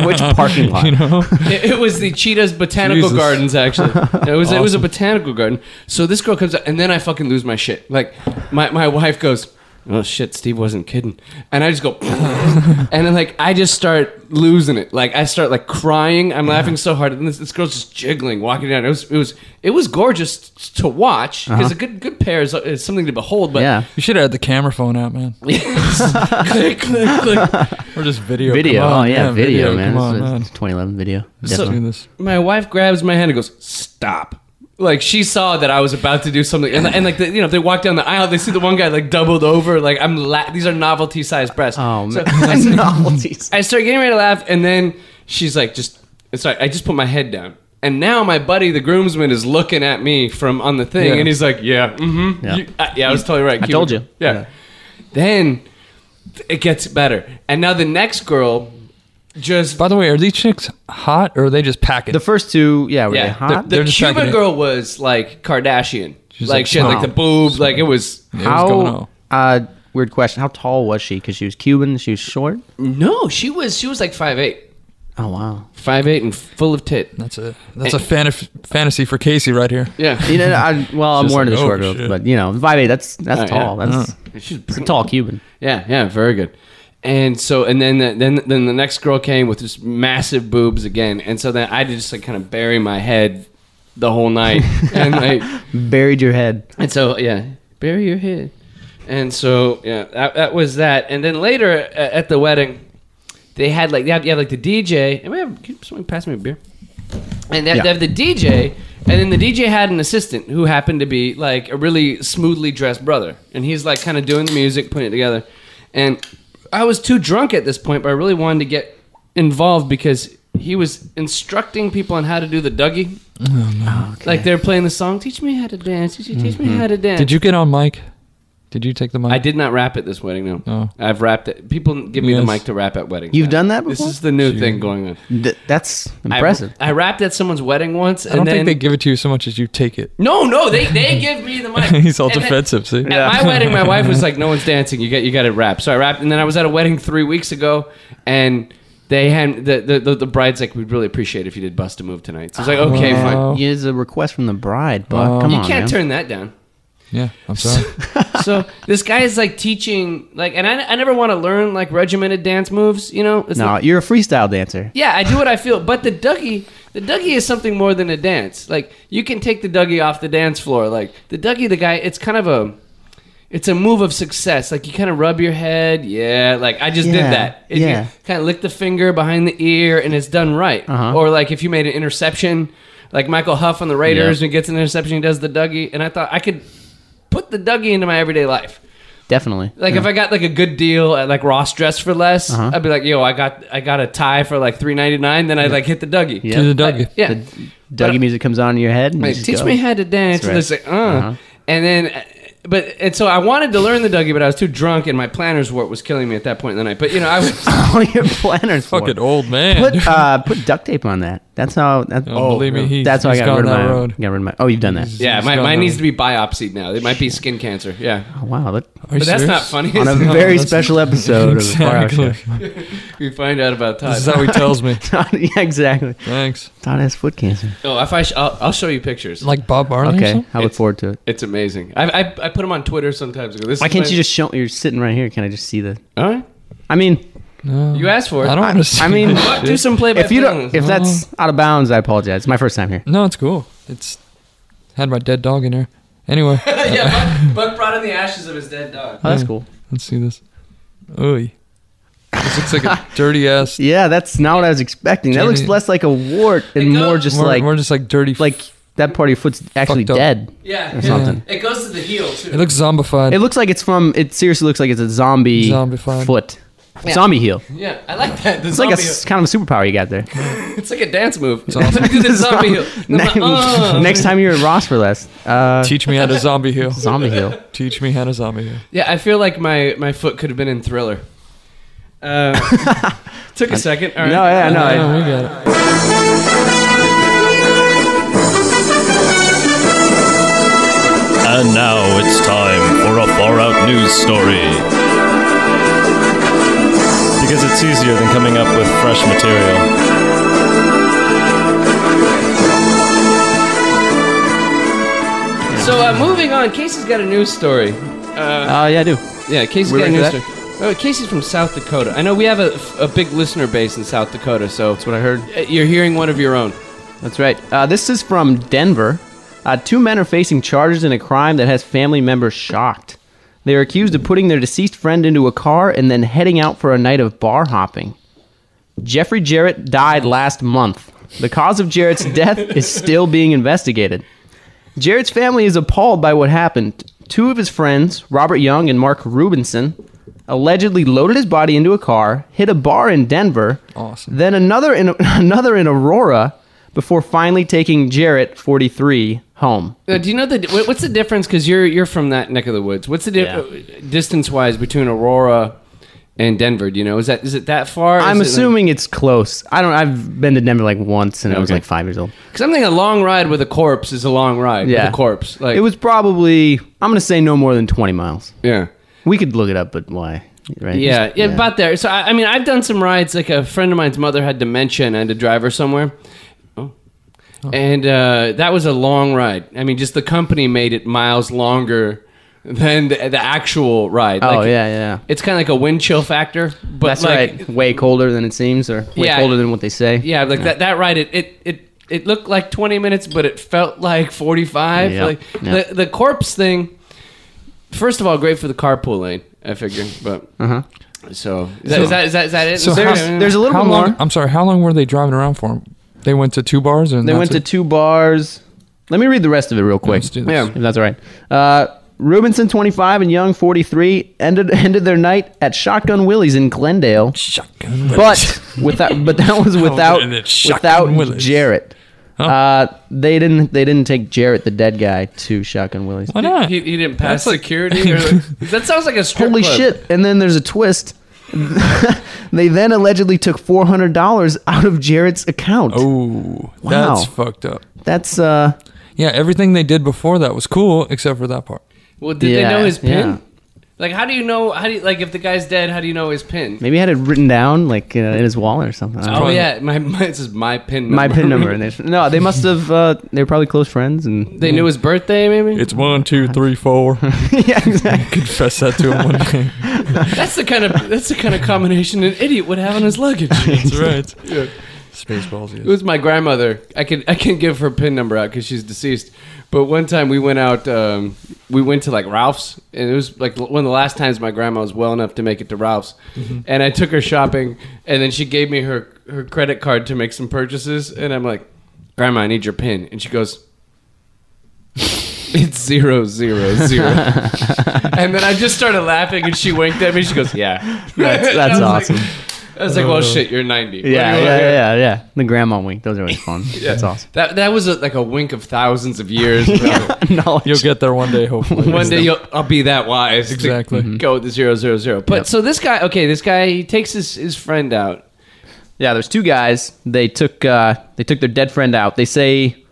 Speaker 4: Which parking lot?
Speaker 3: You know,
Speaker 2: it, it was the cheetah's botanical
Speaker 3: Jesus.
Speaker 2: gardens actually it was it was a botanical garden so this girl comes out and then i fucking lose my shit like my, my wife goes oh shit steve wasn't kidding and i just go and then like i just start losing it like i start like crying i'm laughing so hard and this, this girl's just jiggling walking down it was it was it was gorgeous to watch because a good good pair is, is something to behold but
Speaker 4: Yeah.
Speaker 3: you should have had the camera phone out, man.
Speaker 2: click click click
Speaker 3: Or just video.
Speaker 4: Video.
Speaker 3: Come
Speaker 4: oh
Speaker 3: on,
Speaker 4: yeah, video, man.
Speaker 3: Come
Speaker 4: This
Speaker 3: on,
Speaker 4: is
Speaker 3: man.
Speaker 4: 2011 video.
Speaker 3: Let's do
Speaker 4: Definitely.
Speaker 3: this.
Speaker 2: my wife grabs my hand and goes, "Stop." Like she saw that I was about to do something, and, and like the, you know, they walk down the aisle, they see the one guy like doubled over. Like I'm, la- these are novelty sized breasts.
Speaker 4: Oh
Speaker 2: So
Speaker 4: man,
Speaker 2: I,
Speaker 4: that's novelties.
Speaker 2: I start getting ready to laugh, and then she's like, "Just sorry." I just put my head down, and now my buddy, the groomsman, is looking at me from on the thing,
Speaker 3: Yeah.
Speaker 2: and he's like, "Yeah, mm-hmm,
Speaker 4: Yeah.
Speaker 2: yeah. I, yeah, I was totally right.
Speaker 4: I
Speaker 2: Cuban.
Speaker 4: told you.
Speaker 2: Yeah.
Speaker 4: Yeah.
Speaker 2: Then it gets better, and now the next girl just
Speaker 3: By the way, are these chicks hot or are they just packing?
Speaker 4: The first two, yeah, were they
Speaker 2: Yeah,
Speaker 4: hot?
Speaker 2: the,
Speaker 3: They're
Speaker 2: the
Speaker 3: just
Speaker 2: Cuban
Speaker 3: packing it.
Speaker 2: girl was like Kardashian.
Speaker 3: She's
Speaker 2: like,
Speaker 3: like,
Speaker 2: she had like
Speaker 4: wow.
Speaker 2: the boobs. Like it was
Speaker 3: Yeah, what's going
Speaker 4: How?
Speaker 3: on?
Speaker 4: Uh, weird question. How tall was she? Because she was Cuban. She was short.
Speaker 2: no. She was she was like five eight,
Speaker 4: Oh wow.
Speaker 2: five eight, and full of tit.
Speaker 3: That's a that's a fanif- fantasy for Casey right here.
Speaker 2: Yeah,
Speaker 4: You know, I, well, I'm
Speaker 3: Just
Speaker 4: more into
Speaker 3: like,
Speaker 4: the
Speaker 3: oh,
Speaker 4: short girls,
Speaker 3: shit.
Speaker 4: but you know, five eight. That's that's
Speaker 2: Oh, yeah.
Speaker 4: tall. That's
Speaker 2: she's
Speaker 4: it's a tall Cuban.
Speaker 2: Yeah, yeah, very good. And so, and then the, then then the next girl came with just massive boobs again. And so then I did just like kind of bury my head the whole night, and like
Speaker 4: Buried your head.
Speaker 2: And so, yeah, bury your head. And so, yeah, that, that was that. And then later at, at the wedding, they had like they had, you had like the DJ. And we have can someone pass me a beer. And they,
Speaker 4: Yeah.
Speaker 2: they have the DJ, and then the DJ had an assistant who happened to be like a really smoothly dressed brother, and he's like kind of doing the music, putting it together. And I was too drunk at this point, but I really wanted to get involved because he was instructing people on how to do the Dougie.
Speaker 4: Oh,
Speaker 2: Like they're playing the song, teach me how to dance, teach, teach me how to dance.
Speaker 3: Did you get on mic? Did you take the mic?
Speaker 2: I did not rap at this wedding. No,
Speaker 3: Oh.
Speaker 2: I've rapped it. People give me the
Speaker 3: Yes.
Speaker 2: mic to rap at weddings.
Speaker 4: You've done that
Speaker 2: This
Speaker 4: before?
Speaker 2: is the new thing going on.
Speaker 4: Th- that's
Speaker 2: I-
Speaker 4: impressive.
Speaker 2: I, rapped at someone's wedding once, and
Speaker 3: I don't
Speaker 2: then
Speaker 3: think they give it to you so much as you take it.
Speaker 2: no, no, they they give me the mic.
Speaker 3: He's all
Speaker 2: And then-
Speaker 3: defensive. See,
Speaker 2: At my wedding, my wife was like, "No one's dancing. You got you got to rap." So I rapped, and then I was at a wedding three weeks ago, and they had the the, the, the bride's like, "We'd really appreciate if you did bust a move tonight." So I was like, "Okay, fine."
Speaker 3: Wow.
Speaker 4: It's a request from the bride, Buck. Come
Speaker 2: You
Speaker 4: on,
Speaker 2: can't
Speaker 4: man.
Speaker 2: turn that down.
Speaker 3: yeah, I'm sorry.
Speaker 2: so this guy is like teaching like and i, I never want to learn like regimented dance moves you know it's
Speaker 4: No,
Speaker 2: like,
Speaker 4: you're a freestyle dancer.
Speaker 2: yeah i do what i feel but the dougie the dougie is something more than a dance like you can take the dougie off the dance floor like the dougie the guy it's kind of a it's a move of success. Like you kind of rub your head, yeah. Like I just
Speaker 4: Yeah,
Speaker 2: did that. If
Speaker 4: yeah.
Speaker 2: You kind of lick the finger behind the ear, and it's done right.
Speaker 4: Uh-huh.
Speaker 2: Or like if you made an interception, like Michael Huff on the Raiders,
Speaker 1: Yeah.
Speaker 2: who gets an interception, he does the Dougie, and I thought I could put the Dougie into my everyday life.
Speaker 4: Definitely.
Speaker 2: Like if I got like a good deal at like Ross Dress for less,
Speaker 4: Uh-huh.
Speaker 2: I'd be like, yo, I got I got a tie for like three ninety nine, then I'd like hit the Dougie.
Speaker 4: Yeah.
Speaker 3: To the Dougie.
Speaker 2: Like, yeah.
Speaker 4: The Dougie
Speaker 2: But-
Speaker 4: music comes on in your head. And you
Speaker 2: Like,
Speaker 4: just
Speaker 2: teach
Speaker 4: go.
Speaker 2: me how to dance.
Speaker 4: That's Uh-huh.
Speaker 2: And it's like, uh. And then, but and so I wanted to learn the Dougie, but I was too drunk, and my planner's wart was killing me at that point in the night. But you know, I was
Speaker 4: all your planners. for.
Speaker 3: Fucking old man.
Speaker 4: Put uh, put duct tape on that. That's how. That's,
Speaker 3: Oh, believe me, he's-
Speaker 4: that's how I
Speaker 3: he's
Speaker 4: got rid of
Speaker 3: gone
Speaker 4: my.
Speaker 3: that road.
Speaker 4: Got rid of my. Oh, you've done that.
Speaker 2: yeah,
Speaker 3: He's
Speaker 2: my,
Speaker 3: gone
Speaker 2: mine
Speaker 3: now.
Speaker 2: needs to be biopsied now. It might be skin cancer. Yeah,
Speaker 4: Oh, wow. That,
Speaker 3: Are you
Speaker 2: but that's
Speaker 3: serious?
Speaker 2: not funny.
Speaker 4: on a
Speaker 2: is it?
Speaker 4: very
Speaker 3: that's-
Speaker 4: special episode of the
Speaker 3: Exactly.
Speaker 2: we find out about Todd.
Speaker 3: This is how he tells me.
Speaker 4: Bar Hour Show. yeah, exactly.
Speaker 3: Thanks.
Speaker 4: Todd has foot cancer.
Speaker 2: oh, if I sh- I'll, I'll show you pictures.
Speaker 3: Like Bob Marley. Or
Speaker 4: Okay,
Speaker 3: something?
Speaker 4: I look
Speaker 2: It's-
Speaker 4: forward to it.
Speaker 2: it's amazing. I, I, I put them on Twitter sometimes. I go, this
Speaker 4: Why
Speaker 2: is
Speaker 4: can't
Speaker 2: my-
Speaker 4: you just show? You're sitting right here. Can I just see the?
Speaker 2: All right,
Speaker 4: I mean,
Speaker 3: No.
Speaker 2: you asked for it.
Speaker 3: I don't want to see.
Speaker 4: I mean,
Speaker 3: that
Speaker 2: do
Speaker 3: shit.
Speaker 2: some play by
Speaker 4: if you don't, if that's
Speaker 3: Oh.
Speaker 4: out of bounds, I apologize. It's my first time here.
Speaker 3: No, it's cool. It's had my dead dog in there. Anyway,
Speaker 2: yeah, Buck, Buck brought in the ashes of his dead dog.
Speaker 4: Oh, that's
Speaker 3: Yeah.
Speaker 4: cool.
Speaker 3: let's see this. Oy. This looks like a dirty ass.
Speaker 4: Yeah, that's not what I was expecting. That looks
Speaker 3: Jamie-
Speaker 4: less like a wart
Speaker 2: It
Speaker 4: and
Speaker 2: goes-
Speaker 4: more just
Speaker 3: More,
Speaker 4: like
Speaker 3: more just like dirty. f-
Speaker 4: like that part of your foot's actually
Speaker 3: Fucked up.
Speaker 4: dead.
Speaker 2: Yeah,
Speaker 4: Or something.
Speaker 2: It goes to the heel too.
Speaker 3: it looks zombified.
Speaker 4: It looks like it's from. It seriously looks like it's a zombie
Speaker 3: Zombified.
Speaker 4: foot, zombie heel.
Speaker 2: yeah, I like that. The
Speaker 4: It's
Speaker 2: zombie
Speaker 4: like a s- kind of a superpower you got there.
Speaker 2: It's like a dance move. Let me do the zombie heel. uh, Ah.
Speaker 4: next, next time you're at Ross for less, uh,
Speaker 3: Teach me how to zombie heal.
Speaker 4: zombie heel.
Speaker 3: Teach me how to zombie heal.
Speaker 2: Yeah, I feel like my, my foot could have been in Thriller. Uh, took a second. All right.
Speaker 4: No, yeah, no, I-
Speaker 3: we got it.
Speaker 1: And now it's time for a far out news story. Because it's easier than coming up with fresh material.
Speaker 2: So uh, moving on, Casey's got a news story. Uh,
Speaker 4: Oh yeah, I do.
Speaker 2: yeah, Casey's
Speaker 4: we're
Speaker 2: got a
Speaker 4: ready
Speaker 2: news
Speaker 4: for
Speaker 2: story. Oh, Casey's from South Dakota. I know we have a, a big listener base in South Dakota, so uh,
Speaker 4: That's what I heard.
Speaker 2: you're hearing one of your own.
Speaker 4: That's right. Uh, this is from Denver. Uh, two men are facing charges in a crime that has family members shocked. They are accused of putting their deceased friend into a car and then heading out for a night of bar hopping. Jeffrey Jarrett died last month. The cause of Jarrett's death is still being investigated. Jarrett's family is appalled by what happened. Two of his friends, Robert Young and Mark Rubinson, allegedly loaded his body into a car, hit a bar in Denver,
Speaker 3: Awesome.
Speaker 4: then another in another in Aurora, before finally taking Jarrett, 43, home.
Speaker 2: Now, Uh, do you know the wh- what's the difference? Because you're you're from that neck of the woods. What's the di- uh, distance wise between Aurora and Denver? Do you know is that is it that far?
Speaker 4: I'm assuming it's close. I don't. I've been to Denver like once, and I was
Speaker 2: Okay.
Speaker 4: like five years old.
Speaker 2: because I'm thinking a long ride with a corpse is a long ride.
Speaker 4: Yeah.
Speaker 2: with a corpse. Like
Speaker 4: It was probably. I'm gonna say no more than 20 miles.
Speaker 2: yeah.
Speaker 4: We could look it up, but why? Right?
Speaker 2: Yeah,
Speaker 4: Just-
Speaker 2: yeah, about there. So I, I mean, I've done some rides. Like a friend of mine's mother had dementia and I had to drive her somewhere, oh. and uh, that was a long ride. I mean, just the company made it miles longer than the, the actual ride.
Speaker 4: Oh
Speaker 2: Like,
Speaker 4: yeah, yeah.
Speaker 2: it's kind of like a wind chill factor, but
Speaker 4: That's
Speaker 2: like,
Speaker 4: right. Way colder than it seems, or way
Speaker 2: Yeah.
Speaker 4: colder than what they say.
Speaker 2: Yeah, like that that ride it it it, it looked like 20 minutes but it felt like 45.
Speaker 4: Yeah,
Speaker 2: Like
Speaker 4: yeah.
Speaker 2: the the corpse thing first of all great for the carpool lane, I figure, but
Speaker 4: Uh-huh.
Speaker 2: so is that is that is that, is that it?
Speaker 3: So
Speaker 2: Is there-
Speaker 3: how-
Speaker 4: There's, there's a little
Speaker 3: How
Speaker 4: bit
Speaker 3: long?
Speaker 4: more.
Speaker 3: I'm sorry. How long were they driving around for? Him? They went to two bars and
Speaker 4: They
Speaker 3: that's
Speaker 4: went to
Speaker 3: it?
Speaker 4: two bars. Let me read the rest of it real quick.
Speaker 3: Let's do this.
Speaker 4: If that's all right. Uh, Rubinson, 25, and Young, 43, ended ended their night at Shotgun Willie's in Glendale,
Speaker 3: Shotgun.
Speaker 4: but without but that was without
Speaker 3: and it's Shotgun
Speaker 4: without
Speaker 3: Willie's.
Speaker 4: Jarrett. Uh, they didn't they didn't take Jarrett, the dead guy, to Shotgun Willie's.
Speaker 3: Why not?
Speaker 2: He, he didn't pass
Speaker 3: That's like-
Speaker 2: security. Or like, that sounds like a strip
Speaker 4: Holy
Speaker 2: club.
Speaker 4: shit! And then there's a twist. they then allegedly took four hundred dollars out of Jarrett's account.
Speaker 3: oh,
Speaker 4: Wow.
Speaker 3: that's fucked up.
Speaker 4: That's uh,
Speaker 3: Yeah, everything they did before that was cool except for that part.
Speaker 2: Well, did
Speaker 4: Yeah,
Speaker 2: they know his pin?
Speaker 4: yeah.
Speaker 2: Like, how do you know? How do you, like if the guy's dead? How do you know his pin?
Speaker 4: maybe he had it written down like uh, in his wallet or something. I don't know.
Speaker 2: Oh yeah, my, my this is my pin. Number.
Speaker 4: My pin number. And they, no, they must have. Uh, they were probably close friends, and
Speaker 2: They knew his birthday, maybe.
Speaker 3: It's one, two, three, four.
Speaker 4: yeah, exactly.
Speaker 3: Confess that to him one day.
Speaker 2: That's the kind of that's the kind of combination an idiot would have on his luggage. it
Speaker 3: That's right. Yeah. Spaceballs. Yes.
Speaker 2: was my grandmother. I can I can give her pin number out because she's deceased. But one time we went out. Um, we went to like Ralph's, and it was like one of the last times my grandma was well enough to make it to Ralph's.
Speaker 4: Mm-hmm.
Speaker 2: And I took her shopping, and then she gave me her her credit card to make some purchases, and I'm like, "Grandma, I need your pin," and she goes. It's zero zero zero, and then I just started laughing, and she winked at me. She goes, "Yeah,
Speaker 4: That's-
Speaker 2: And I
Speaker 4: that's
Speaker 2: was
Speaker 4: awesome. Uh,
Speaker 2: Like, I was like, "Well, shit, you're 90." What
Speaker 4: Yeah,
Speaker 2: do
Speaker 4: yeah,
Speaker 2: you want
Speaker 4: yeah,
Speaker 2: here?"
Speaker 4: yeah, The grandma wink. Those are always fun. That's awesome.
Speaker 2: That that was a, like a wink of thousands of years.
Speaker 4: no,
Speaker 3: You'll get there one day, hopefully.
Speaker 2: One day you'll, I'll be that wise. to
Speaker 3: Exactly. Mhm.
Speaker 2: Go with the zero zero zero. But so this guy, okay, this guy he takes his, his friend out.
Speaker 4: yeah. There's two guys. They took uh, they took their dead friend out. They say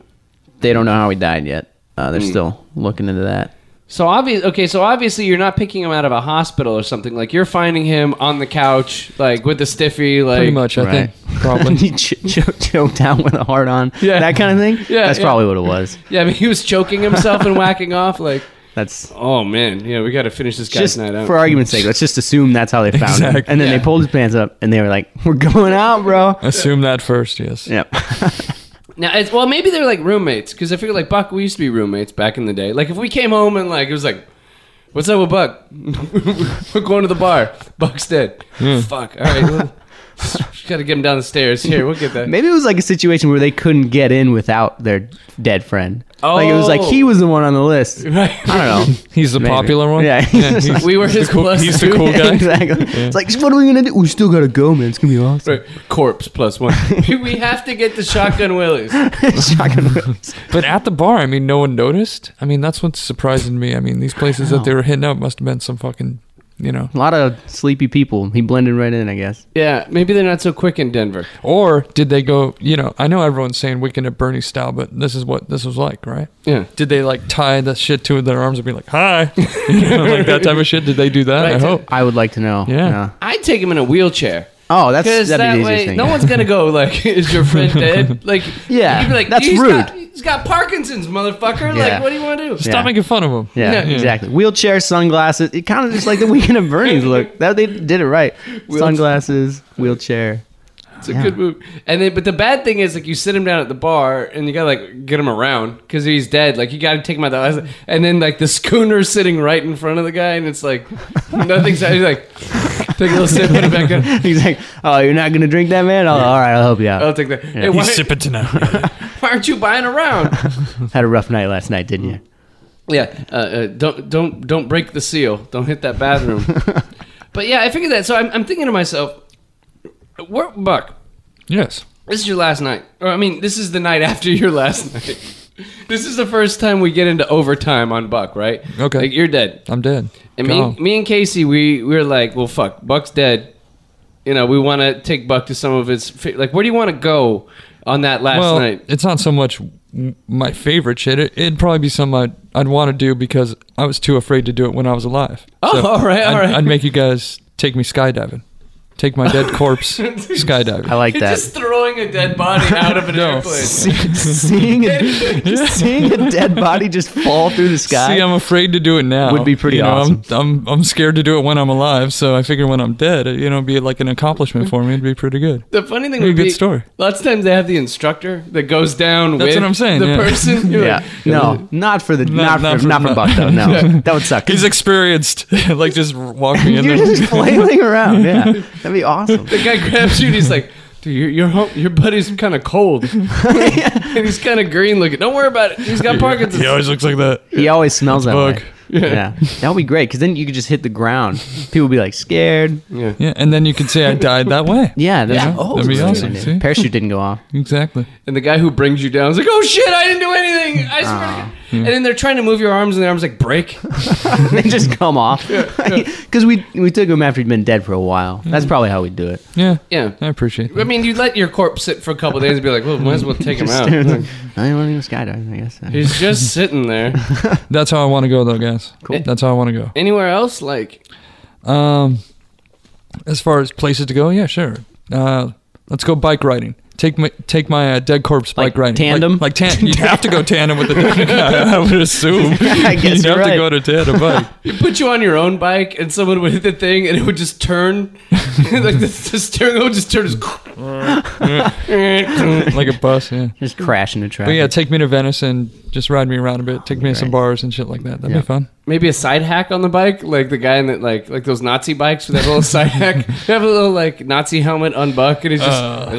Speaker 4: they don't know how he died yet. Uh,
Speaker 2: Hmm.
Speaker 4: they're still looking into that.
Speaker 2: So obvious. Okay, so obviously you're not picking him out of a hospital or something. Like you're finding him on the couch, like with the stiffy, like
Speaker 3: Pretty much, I
Speaker 4: Right.
Speaker 3: think. Probably.
Speaker 4: he ch- ch- choked down with a heart on.
Speaker 2: Yeah.
Speaker 4: that kind of thing.
Speaker 2: Yeah,
Speaker 4: that's
Speaker 2: yeah.
Speaker 4: probably what it was.
Speaker 2: Yeah, I mean he was choking himself and whacking off. Like,
Speaker 4: That's
Speaker 2: oh man, yeah, we got to finish this guy's
Speaker 4: just
Speaker 2: night out.
Speaker 4: for argument's sake. Let's just assume that's how they found him.
Speaker 3: Exactly.
Speaker 4: And then
Speaker 2: Yeah.
Speaker 4: they pulled his pants up and they were like, "We're going out, bro."
Speaker 3: Assume that first, yes.
Speaker 4: Yep.
Speaker 2: Now, it's, well, maybe they're like roommates because I figure like Buck, we used to be roommates back in the day. Like if we came home and like it was like, "What's up with Buck? We're going to the bar. Buck's dead.
Speaker 3: Hmm.
Speaker 2: Fuck. All right, well, just gotta get him down the stairs. Here, we'll get that.
Speaker 4: Maybe it was like a situation where they couldn't get in without their dead friend. Like it was like
Speaker 2: Oh.
Speaker 4: he was the one on the list.
Speaker 2: Right.
Speaker 4: I don't know.
Speaker 3: He's the
Speaker 4: Maybe.
Speaker 3: popular one.
Speaker 4: Yeah.
Speaker 3: he's,
Speaker 2: We were his plus
Speaker 3: he's the
Speaker 2: two.
Speaker 3: cool guy.
Speaker 4: exactly. It's like, what are we gonna do? We still gotta go, man. It's gonna be awesome.
Speaker 2: Right. Corpse plus one. we have to get the shotgun willies.
Speaker 4: Shotgun Willies.
Speaker 3: But at the bar, I mean, no one noticed. I mean, that's what's surprising me. I mean, these places that they were hitting up must have been some fucking, you know,
Speaker 4: A lot of sleepy people. He blended right in, I guess.
Speaker 2: Yeah, maybe they're not so quick in Denver.
Speaker 3: or did they go? You know, I know everyone's saying Weekend at Bernie style, but this is what this was like, right?
Speaker 2: Yeah.
Speaker 3: Did they like tie the shit to their arms and be like, "Hi," you know, like that type of shit? Did they do that? I
Speaker 2: Right.
Speaker 3: hope.
Speaker 4: I would like to know.
Speaker 3: Yeah.
Speaker 2: I'd take him in a wheelchair.
Speaker 4: Oh, that's
Speaker 2: Because
Speaker 4: that'd be the
Speaker 2: that
Speaker 4: easiest
Speaker 2: way,
Speaker 4: thing.
Speaker 2: no one's gonna go like, "Is your friend dead?" Like,
Speaker 4: Yeah,
Speaker 2: you'd be like,
Speaker 4: that's
Speaker 2: "He's got-
Speaker 4: rude.
Speaker 2: he's got Parkinson's, motherfucker.
Speaker 4: Yeah.
Speaker 2: Like, what do you want to do?
Speaker 4: Yeah.
Speaker 3: Stop making fun of them.
Speaker 4: Yeah,
Speaker 2: Yeah.
Speaker 4: exactly. Wheelchair, sunglasses. It kind of just like the weekend of Bernie's look. That they did it right. Sunglasses, wheelchair.
Speaker 2: It's a good move." And then, but the bad thing is, like, you sit him down at the bar, and you gotta like get him around because he's dead. Like, you gotta take him out the. And then, like, the schooner's sitting right in front of the guy, and it's like nothing's. He's like, take a little sip, put it back up.
Speaker 4: He's like, "Oh, you're not gonna drink that, man? Oh, all right, I'll help you out.
Speaker 2: I'll take that. Hey, why,
Speaker 3: tonight.
Speaker 2: why aren't you buying around?
Speaker 4: Had a rough night last night, didn't you?
Speaker 2: Yeah, uh, uh, don't don't don't break the seal. Don't hit that bathroom. but yeah, I figured that. So I'm, I'm thinking to myself, where, Buck,
Speaker 3: yes.
Speaker 2: this is your last night. Or I mean, this is the night after your last night. this is the first time we get into overtime on Buck, right?
Speaker 3: Okay.
Speaker 2: like you're dead.
Speaker 3: I'm dead.
Speaker 2: And me,
Speaker 3: Gone.
Speaker 2: me and Casey, we we were like, well, fuck, Buck's dead. You know, we want to take Buck to some of his fa- like. Where do you want to go on that last
Speaker 3: well,
Speaker 2: night?
Speaker 3: it's not so much m- my favorite shit. It, it'd probably be something I'd, I'd want to do because I was too afraid to do it when I was alive.
Speaker 2: Oh, all right, all
Speaker 3: I'd,
Speaker 2: right.
Speaker 3: I'd make you guys take me skydiving. Take my dead corpse skydiving.
Speaker 4: I like
Speaker 2: You're
Speaker 4: that.
Speaker 2: just throwing a dead body out of an
Speaker 3: No.
Speaker 2: airplane.
Speaker 4: seeing a, just seeing a dead body just fall through the sky.
Speaker 3: See, I'm afraid to do it now.
Speaker 4: Would be pretty
Speaker 3: You know, I'm, I'm, I'm scared to do it when I'm alive, so I figure when I'm dead, it, you know, it'd be like an accomplishment for me. It'd be pretty good.
Speaker 2: The funny thing
Speaker 3: Be a
Speaker 2: would
Speaker 3: good
Speaker 2: be
Speaker 3: story.
Speaker 2: Lots of times they have the instructor that goes down with
Speaker 3: That's what I'm saying,
Speaker 2: the
Speaker 3: yeah.
Speaker 2: person. You're
Speaker 4: yeah,
Speaker 2: like,
Speaker 4: no, not for the not,
Speaker 3: not
Speaker 4: for,
Speaker 3: for-
Speaker 4: not for
Speaker 3: not-
Speaker 4: Buck though. No, that would suck.
Speaker 3: He's experienced. like, just walk me in
Speaker 4: You're
Speaker 3: there.
Speaker 4: just flailing around. Yeah, that'd be awesome.
Speaker 2: The guy grabs you and he's like, "Dude, your your home, your buddy's kind of cold and he's kind of green looking. Don't worry about it. He's got Parkinson's."
Speaker 3: he always looks like that.
Speaker 4: He always smells that
Speaker 3: Bug.
Speaker 4: way. Yeah, that would be great because then you could just hit the ground. People would be like scared.
Speaker 3: Yeah, and then you could say I died that way.
Speaker 4: Yeah, that's, Oh,
Speaker 3: that'd be
Speaker 4: that's a
Speaker 3: awesome,
Speaker 4: good
Speaker 3: see?
Speaker 4: idea. Parachute didn't go off.
Speaker 3: Exactly.
Speaker 2: And the guy who brings you down is like, "Oh shit, I didn't do anything. I swear." to God. And then they're trying to move your arms, and their arms like break.
Speaker 4: they just come off. Because we we took him after he'd been dead for a while.
Speaker 3: Mm.
Speaker 4: That's probably how we do it.
Speaker 3: Yeah.
Speaker 2: Yeah.
Speaker 3: I appreciate
Speaker 2: I
Speaker 3: that.
Speaker 2: mean, you let your corpse sit for a couple days and be like, "Well, might as well take him out."
Speaker 4: I
Speaker 2: Like,
Speaker 4: don't even skydive. I guess.
Speaker 2: he's just sitting there.
Speaker 3: That's how I want to go, though, guys. Cool. That's how I want to
Speaker 2: Anywhere else, like,
Speaker 3: go. Um, as far as places to go, yeah, sure. Uh, let's go bike riding. Take my take my uh, dead corpse
Speaker 4: Like
Speaker 3: bike ride.
Speaker 4: tandem?
Speaker 3: Like, like tan- you have to go tandem with the dead guy. I would assume.
Speaker 4: I guess
Speaker 3: you
Speaker 4: you're
Speaker 3: have
Speaker 4: right.
Speaker 3: to go to tandem bike.
Speaker 2: You put you on your own bike, and someone would hit the thing, and it would just turn. like the, the steering wheel would just turn. Just
Speaker 3: like a bus. Yeah.
Speaker 4: Just crash into traffic.
Speaker 3: But yeah, take me to Venice and just ride me around a bit. Take me to some
Speaker 4: Right.
Speaker 3: bars and shit like that. That'd
Speaker 4: Yeah.
Speaker 3: be fun.
Speaker 2: Maybe a side hack on the bike, like the guy in that, like like those Nazi bikes with that little side hack. You have a little like Nazi helmet on buck, and it's just
Speaker 4: Uh,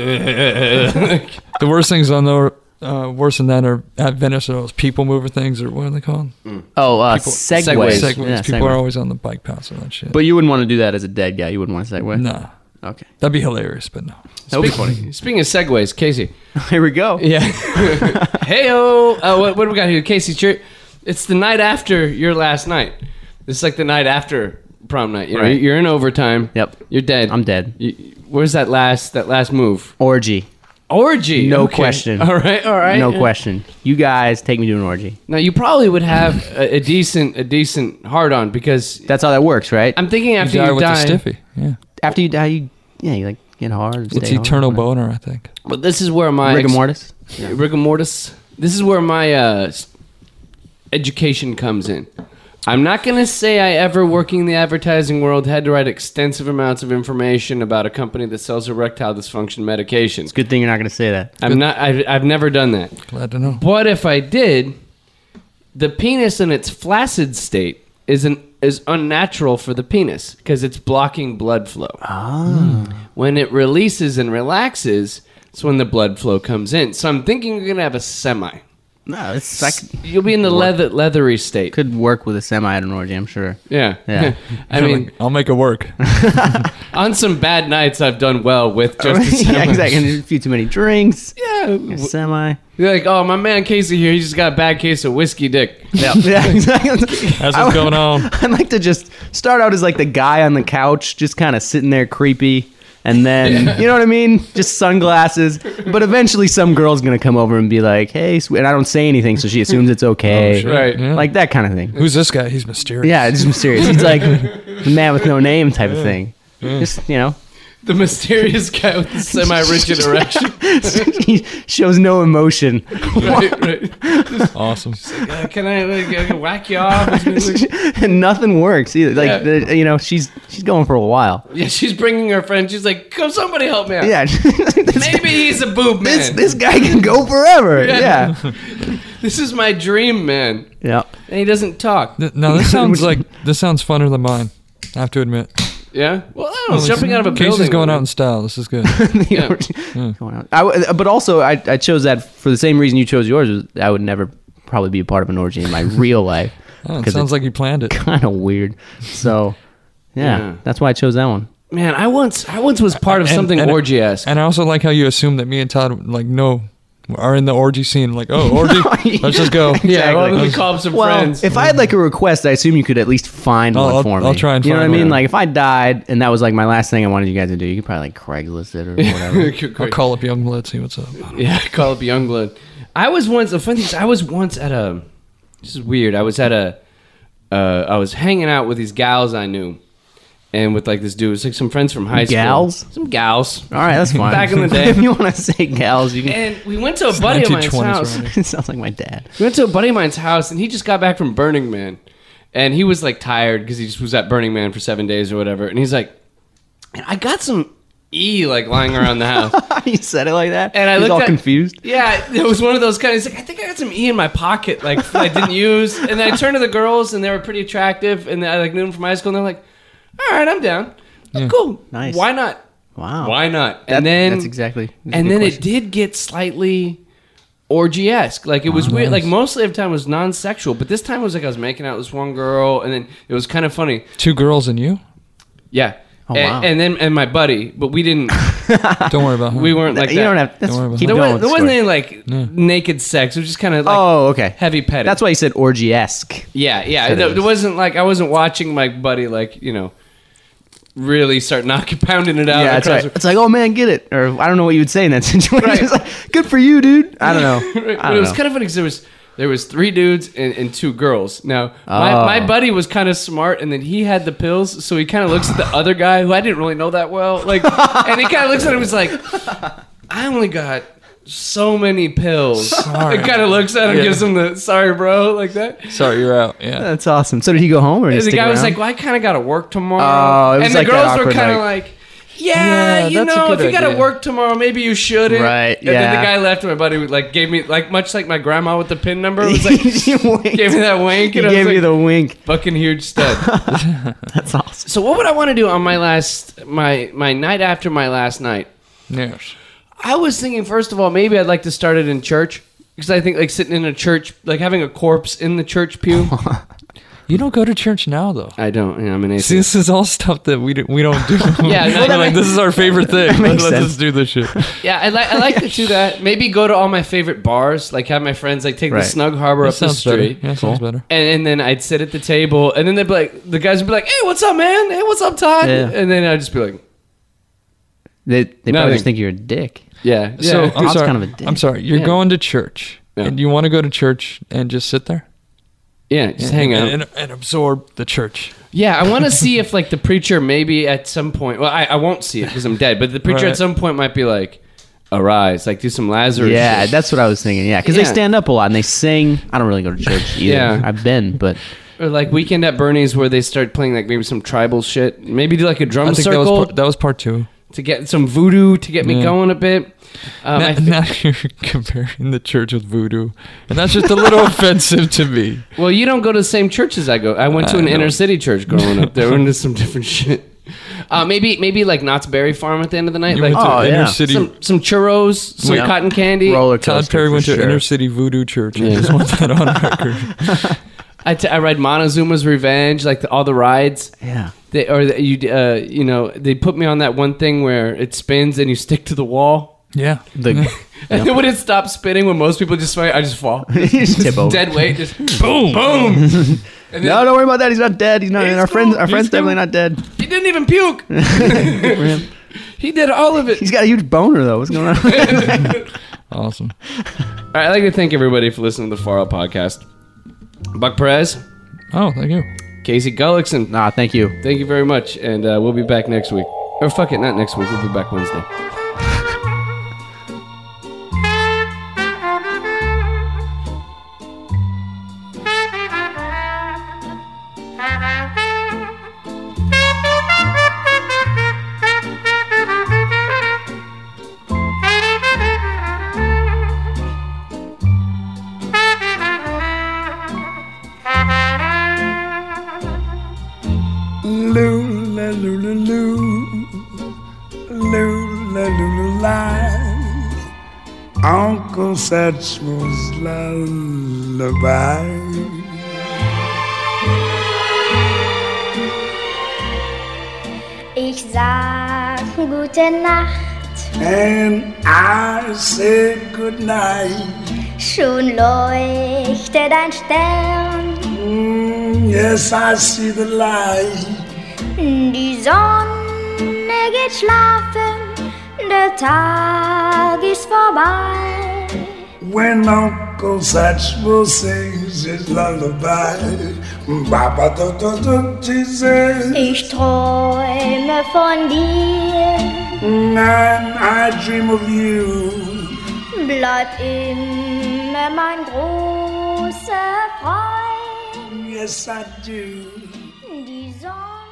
Speaker 3: The worst things on the uh, worse than that are at Venice are those people mover things or what are they called?
Speaker 4: oh, uh,
Speaker 3: People-
Speaker 4: segways.
Speaker 2: Segways.
Speaker 3: Segways.
Speaker 4: Yeah,
Speaker 3: people
Speaker 4: segways.
Speaker 3: are always on the bike paths and that shit.
Speaker 4: But you wouldn't want to do that as a dead guy. You wouldn't want to segue.
Speaker 3: nah,
Speaker 4: Okay.
Speaker 3: that'd be hilarious. But no.
Speaker 4: That would be funny.
Speaker 2: Speaking, speaking of segues, Casey.
Speaker 4: Here we go.
Speaker 2: Yeah. Heyo. Uh, what, what do we got here, Casey? Cheer- It's the night after your last night. It's like the night after prom night. You know,
Speaker 4: Right.
Speaker 2: you're in overtime.
Speaker 4: Yep.
Speaker 2: You're dead.
Speaker 4: I'm dead.
Speaker 2: You, where's that last that last move?
Speaker 4: Orgy.
Speaker 2: Orgy.
Speaker 4: No
Speaker 2: Okay.
Speaker 4: question.
Speaker 2: All right. All right.
Speaker 4: No question. You guys take me to an orgy.
Speaker 2: Now you probably would have a, a decent a decent hard on because
Speaker 4: That's how that works, right?
Speaker 2: I'm thinking after
Speaker 3: die
Speaker 2: you
Speaker 3: with
Speaker 2: die.
Speaker 3: the stiffy. Yeah,
Speaker 4: After you die, you yeah, you like get hard. And
Speaker 3: it's
Speaker 4: stay
Speaker 3: eternal
Speaker 4: hard.
Speaker 3: boner. I think.
Speaker 2: But this is where my
Speaker 4: Rigor
Speaker 2: ex-
Speaker 4: mortis.
Speaker 2: rigor mortis. This is where my uh, s- education comes in. I'm not going to say I ever, working in the advertising world, had to write extensive amounts of information about a company that sells erectile dysfunction medications.
Speaker 4: Good thing you're not going to say that.
Speaker 2: I'm not. I've, I've never done that.
Speaker 3: Glad to know.
Speaker 2: But if I did, the penis in its flaccid state is an, is unnatural for the penis because it's blocking blood flow. When it releases and relaxes, it's when the blood flow comes in. So I'm thinking you're gonna have a semi.
Speaker 4: No, it's I c-
Speaker 2: You'll be in the leather, leathery state.
Speaker 4: could work with a semi at an orgy. I'm sure.
Speaker 2: yeah,
Speaker 4: Yeah.
Speaker 2: I mean,
Speaker 3: I'll make it work.
Speaker 2: on some bad nights, I've done well with just a semi.
Speaker 4: yeah, exactly. And a few too many drinks.
Speaker 2: Yeah,
Speaker 4: Semi.
Speaker 2: you're like, oh, my man Casey here, he just got a bad case of whiskey dick.
Speaker 4: Yeah, yeah, exactly.
Speaker 3: That's
Speaker 4: I
Speaker 3: what's
Speaker 4: would-
Speaker 3: going on.
Speaker 4: I'd like to just start out as like the guy on the couch, just kind of sitting there creepy. And then, you know what I mean? Just sunglasses. But eventually, some girl's going to come over and be like, hey, sweet. And I don't say anything, so she assumes it's okay.
Speaker 3: Sure,
Speaker 2: Right.
Speaker 3: yeah.
Speaker 4: Like that kind of thing.
Speaker 3: Who's this guy? He's mysterious.
Speaker 4: Yeah, it's just serious. He's like the man with no name type of thing. Just, you know,
Speaker 2: The mysterious guy with the semi-rigid erection.
Speaker 4: he shows no emotion.
Speaker 2: right, right.
Speaker 3: Awesome.
Speaker 2: Uh, can I like, uh, whack you off?
Speaker 4: and nothing works either. Like,
Speaker 2: Yeah.
Speaker 4: the, you know, she's she's going for a while.
Speaker 2: yeah, she's bringing her friend. She's like, "Come, somebody help me out."
Speaker 4: Yeah. this,
Speaker 2: Maybe he's a boob man.
Speaker 4: this,
Speaker 2: This,
Speaker 4: this guy can go forever.
Speaker 2: Yeah.
Speaker 4: Yeah.
Speaker 2: is my dream man,
Speaker 4: Yeah.
Speaker 2: and he doesn't talk.
Speaker 3: Th- Now this sounds like this sounds funner than mine. I have to admit.
Speaker 2: Yeah. Well, I don't know. Jumping out of a
Speaker 3: Casey's
Speaker 2: building.
Speaker 3: going out in style. This is good.
Speaker 4: The
Speaker 2: Yeah.
Speaker 4: orgy- going out. I w- but also, I, I chose that for the same reason you chose yours. was I would never probably be a part of an orgy in my real life.
Speaker 3: Oh, it
Speaker 4: 'Cause
Speaker 3: sounds
Speaker 4: it's-
Speaker 3: like you planned it.
Speaker 4: kind of weird. So, yeah,
Speaker 2: Yeah.
Speaker 4: that's why I chose that one.
Speaker 2: Man, I once, I once was part of
Speaker 3: And-
Speaker 2: something
Speaker 3: and-
Speaker 2: orgy esque.
Speaker 3: And I also like how you assume that me and Todd like no are in the orgy scene. Like oh orgy, let's just go.
Speaker 2: Yeah,
Speaker 4: Exactly.
Speaker 2: well, we call up some
Speaker 4: Well,
Speaker 2: friends.
Speaker 4: if I had like a request, I assume you could at least find
Speaker 3: I'll-
Speaker 4: one
Speaker 3: I'll-
Speaker 4: for me.
Speaker 3: I'll try and
Speaker 4: You know
Speaker 3: find
Speaker 4: what I mean?
Speaker 3: one.
Speaker 4: Like if I died and that was like my last thing I wanted you guys to do, you could probably like Craigslist it or whatever.
Speaker 3: I'll call up Youngblood, see what's up.
Speaker 2: Yeah, call up Youngblood. I was once the funny thing is I was once at a this is weird. I was at a uh, I was hanging out with these gals I knew, and with like this dude. It was like some friends from high
Speaker 4: Gals?
Speaker 2: school. Some gals.
Speaker 4: All right, that's fine.
Speaker 2: Back in the day.
Speaker 4: if you want to say gals, you can.
Speaker 2: And we went to a buddy of mine's
Speaker 3: 1920s
Speaker 2: house.
Speaker 3: around
Speaker 4: it sounds like my dad.
Speaker 2: We went to a buddy of mine's house, and he just got back from Burning Man, and he was like tired because he just was at Burning Man for seven days or whatever. And he's like, I got some e like lying around the house.
Speaker 4: you said it like that,
Speaker 2: And I
Speaker 4: He's
Speaker 2: looked
Speaker 4: all
Speaker 2: at-
Speaker 4: confused.
Speaker 2: Yeah, it was one of those kind. Of, he's like, I think I got some E in my pocket, like that I didn't use. And then I turned to the girls, and they were pretty attractive, and I like knew them from high school, and they're like, "All right, I'm down. Cool,
Speaker 4: Nice.
Speaker 2: Why not?
Speaker 4: Wow.
Speaker 2: Why not?"
Speaker 4: That-
Speaker 2: and then
Speaker 4: that's exactly. that's a
Speaker 2: And
Speaker 4: good
Speaker 2: then
Speaker 4: question.
Speaker 2: it did get slightly orgy esque. Like it was
Speaker 4: Oh,
Speaker 2: weird. Like mostly every time was non sexual, but this time it was like I was making out with this one girl, and then it was kind of funny.
Speaker 3: Two girls and you.
Speaker 2: Yeah.
Speaker 4: Oh,
Speaker 2: and,
Speaker 4: wow.
Speaker 2: and then and my buddy, but we didn't.
Speaker 3: Don't worry about. it.
Speaker 2: We weren't like
Speaker 4: you
Speaker 2: that.
Speaker 4: don't have. That's,
Speaker 3: Don't worry about
Speaker 4: keep
Speaker 2: There,
Speaker 3: that.
Speaker 4: going
Speaker 2: was,
Speaker 4: with
Speaker 2: there
Speaker 4: the
Speaker 2: wasn't
Speaker 4: story.
Speaker 2: any like naked sex. It was just kind of like
Speaker 4: oh, okay.
Speaker 2: heavy petting.
Speaker 4: That's why you said orgy esque.
Speaker 2: Yeah, yeah.
Speaker 4: That
Speaker 2: There,
Speaker 4: is.
Speaker 2: there wasn't like I wasn't watching my buddy like you know really start knocking pounding it out.
Speaker 4: Yeah, that's
Speaker 2: across
Speaker 4: right. It's like, oh man, get it, or I don't know what you would say in that situation.
Speaker 2: Right.
Speaker 4: It's like, good for you, dude. I don't
Speaker 2: the-
Speaker 4: know.
Speaker 2: Right,
Speaker 4: I
Speaker 2: but it
Speaker 4: don't
Speaker 2: was
Speaker 4: know.
Speaker 2: kind of funny because there was there was three dudes and, and two girls. Now my,
Speaker 4: Oh.
Speaker 2: my buddy was kind of smart, and then he had the pills, so he kind of looks at the other guy who I didn't really know that well, like, and he kind of looks at him and was like. I only got so many pills.
Speaker 3: Sorry.
Speaker 2: It kind of looks at him,
Speaker 3: Yeah.
Speaker 2: gives him the sorry, bro, like that.
Speaker 3: Sorry, you're out. Yeah.
Speaker 4: That's awesome. So did he go home or did
Speaker 2: And
Speaker 4: he
Speaker 2: the
Speaker 4: stick
Speaker 2: guy was
Speaker 4: around?
Speaker 2: like, "Well, I kind of got to work tomorrow."
Speaker 4: Oh, it was
Speaker 2: and
Speaker 4: like
Speaker 2: the
Speaker 4: that
Speaker 2: girls were
Speaker 4: awkward,
Speaker 2: kind of
Speaker 4: like-
Speaker 2: like, "Yeah,
Speaker 3: Yeah,
Speaker 2: you
Speaker 3: that's a
Speaker 2: know, if
Speaker 3: good
Speaker 2: you got to
Speaker 3: idea."
Speaker 2: work tomorrow, maybe you shouldn't."
Speaker 4: Right,
Speaker 2: And then
Speaker 4: yeah.
Speaker 2: the guy left, and my buddy like gave me like much like my grandma with the pin number was like
Speaker 4: He winked.
Speaker 2: gave me that wink,
Speaker 4: He
Speaker 2: and I was
Speaker 4: gave
Speaker 2: like,
Speaker 4: you the wink.
Speaker 2: fucking huge stud.
Speaker 4: That's awesome.
Speaker 2: so what would I want to do on my last my my night after my last night?
Speaker 3: Yes.
Speaker 2: I was thinking, first of all, maybe I'd like to start it in church because I think like sitting in a church, like having a corpse in the church pew.
Speaker 3: You don't go to church now, though.
Speaker 2: I don't. Yeah, I'm an
Speaker 3: See,
Speaker 2: atheist.
Speaker 3: this is all stuff that we do, we don't do.
Speaker 2: Yeah, no, that
Speaker 3: We're like
Speaker 2: makes-
Speaker 3: this is our favorite thing.
Speaker 4: makes
Speaker 3: Let's
Speaker 4: sense.
Speaker 3: just do this shit.
Speaker 2: Yeah, I like I like to do that. Maybe go to all my favorite bars, like have my friends like take
Speaker 4: Right.
Speaker 2: the Snug Harbor up the
Speaker 3: sounds better.
Speaker 2: street.
Speaker 3: Yeah, sounds better.
Speaker 2: And, and then I'd sit at the table, and then they'd be like, the guys would be like, "Hey, what's up, man? Hey, what's up, Todd?"
Speaker 4: Yeah.
Speaker 2: And then I'd just be like,
Speaker 4: They, they probably
Speaker 2: Nothing.
Speaker 4: just think you're a dick.
Speaker 2: "Yeah,
Speaker 3: So uh,
Speaker 2: yeah."
Speaker 3: I'm
Speaker 4: Todd's
Speaker 3: sorry.
Speaker 4: kind of a dick.
Speaker 3: I'm sorry. You're
Speaker 4: Yeah.
Speaker 3: going to church,
Speaker 2: Yeah.
Speaker 3: and you want to go to church and just sit there,
Speaker 2: yeah, just
Speaker 3: And-
Speaker 2: hang out.
Speaker 3: and, and absorb the church.
Speaker 2: Yeah, I want to see if like the preacher maybe at some point. Well, I, I won't see it because I'm dead. But the preacher
Speaker 3: Right.
Speaker 2: at some point might be like, "Arise!" Like do some Lazarus.
Speaker 4: Yeah,
Speaker 2: shit.
Speaker 4: that's what I was thinking. Yeah, because
Speaker 2: Yeah.
Speaker 4: they stand up a lot and they sing. I don't really go to church either.
Speaker 2: Yeah.
Speaker 4: I've been, but
Speaker 2: or like weekend at Bernie's where they start playing like maybe some tribal shit. Maybe do like a
Speaker 3: I
Speaker 2: drum
Speaker 3: think that was
Speaker 2: circle
Speaker 3: part, that was part two.
Speaker 2: to get some voodoo to get me
Speaker 3: Yeah.
Speaker 2: going a bit. Um, I
Speaker 3: now,
Speaker 2: thi-
Speaker 3: now you're comparing the church with voodoo, and that's just a little offensive to me.
Speaker 2: well, you don't go to the same church as I go. I went to
Speaker 3: I
Speaker 2: an
Speaker 3: know.
Speaker 2: inner city church growing up. They were into some different shit. Uh, maybe maybe like Knott's Berry Farm at the end of the night,
Speaker 3: You
Speaker 2: like
Speaker 3: went to
Speaker 4: Oh,
Speaker 3: inner
Speaker 4: yeah.
Speaker 3: city.
Speaker 2: some some churros, some
Speaker 4: Yeah.
Speaker 2: cotton candy.
Speaker 4: roller coaster.
Speaker 3: Todd Perry
Speaker 4: for
Speaker 3: went to
Speaker 4: sure.
Speaker 3: inner city voodoo church. I just want that on record.
Speaker 2: I, t- I read Montezuma's Revenge, like the, all the rides.
Speaker 4: Yeah.
Speaker 2: They, or the, you, uh, you know, they put me on that one thing where it spins and you stick to the wall,
Speaker 3: Yeah.
Speaker 4: The
Speaker 2: and then when it stops spinning, when most people just fight, I just fall,
Speaker 4: tip over.
Speaker 2: dead weight, just boom, boom. And then
Speaker 4: No, don't worry about that. He's not dead. He's not.
Speaker 2: He's
Speaker 4: and our friends,
Speaker 2: cool.
Speaker 4: our friend's
Speaker 2: He's cool.
Speaker 4: definitely not dead.
Speaker 2: he didn't even puke. he did all of it.
Speaker 4: He's got a huge boner though. What's going on?
Speaker 3: Awesome.
Speaker 2: All right, I'd like to thank everybody for listening to the Far Out podcast. Buck Perez,
Speaker 3: Oh, thank you.
Speaker 2: Casey Gullickson,
Speaker 4: nah, thank you.
Speaker 2: thank you very much, and uh, we'll be back next week. Or fuck it, not next week. We'll be back Wednesday.
Speaker 6: Lula, lula, loo, lula, lula, la. Uncle Satchmo's lullaby.
Speaker 7: Ich sag gute Nacht,
Speaker 6: And I said goodnight.
Speaker 7: schon leuchtet ein Stern,
Speaker 6: Mm, yes, I see the light.
Speaker 7: die Sonne geht schlafen, der Tag ist vorbei.
Speaker 6: When Uncle Satchmo sings his lullaby. Baba do do do, Jesus.
Speaker 7: Ich träume von dir,
Speaker 6: And I dream of you.
Speaker 7: bleib immer mein großer Freund,
Speaker 6: Yes, I do.
Speaker 7: die Sonne.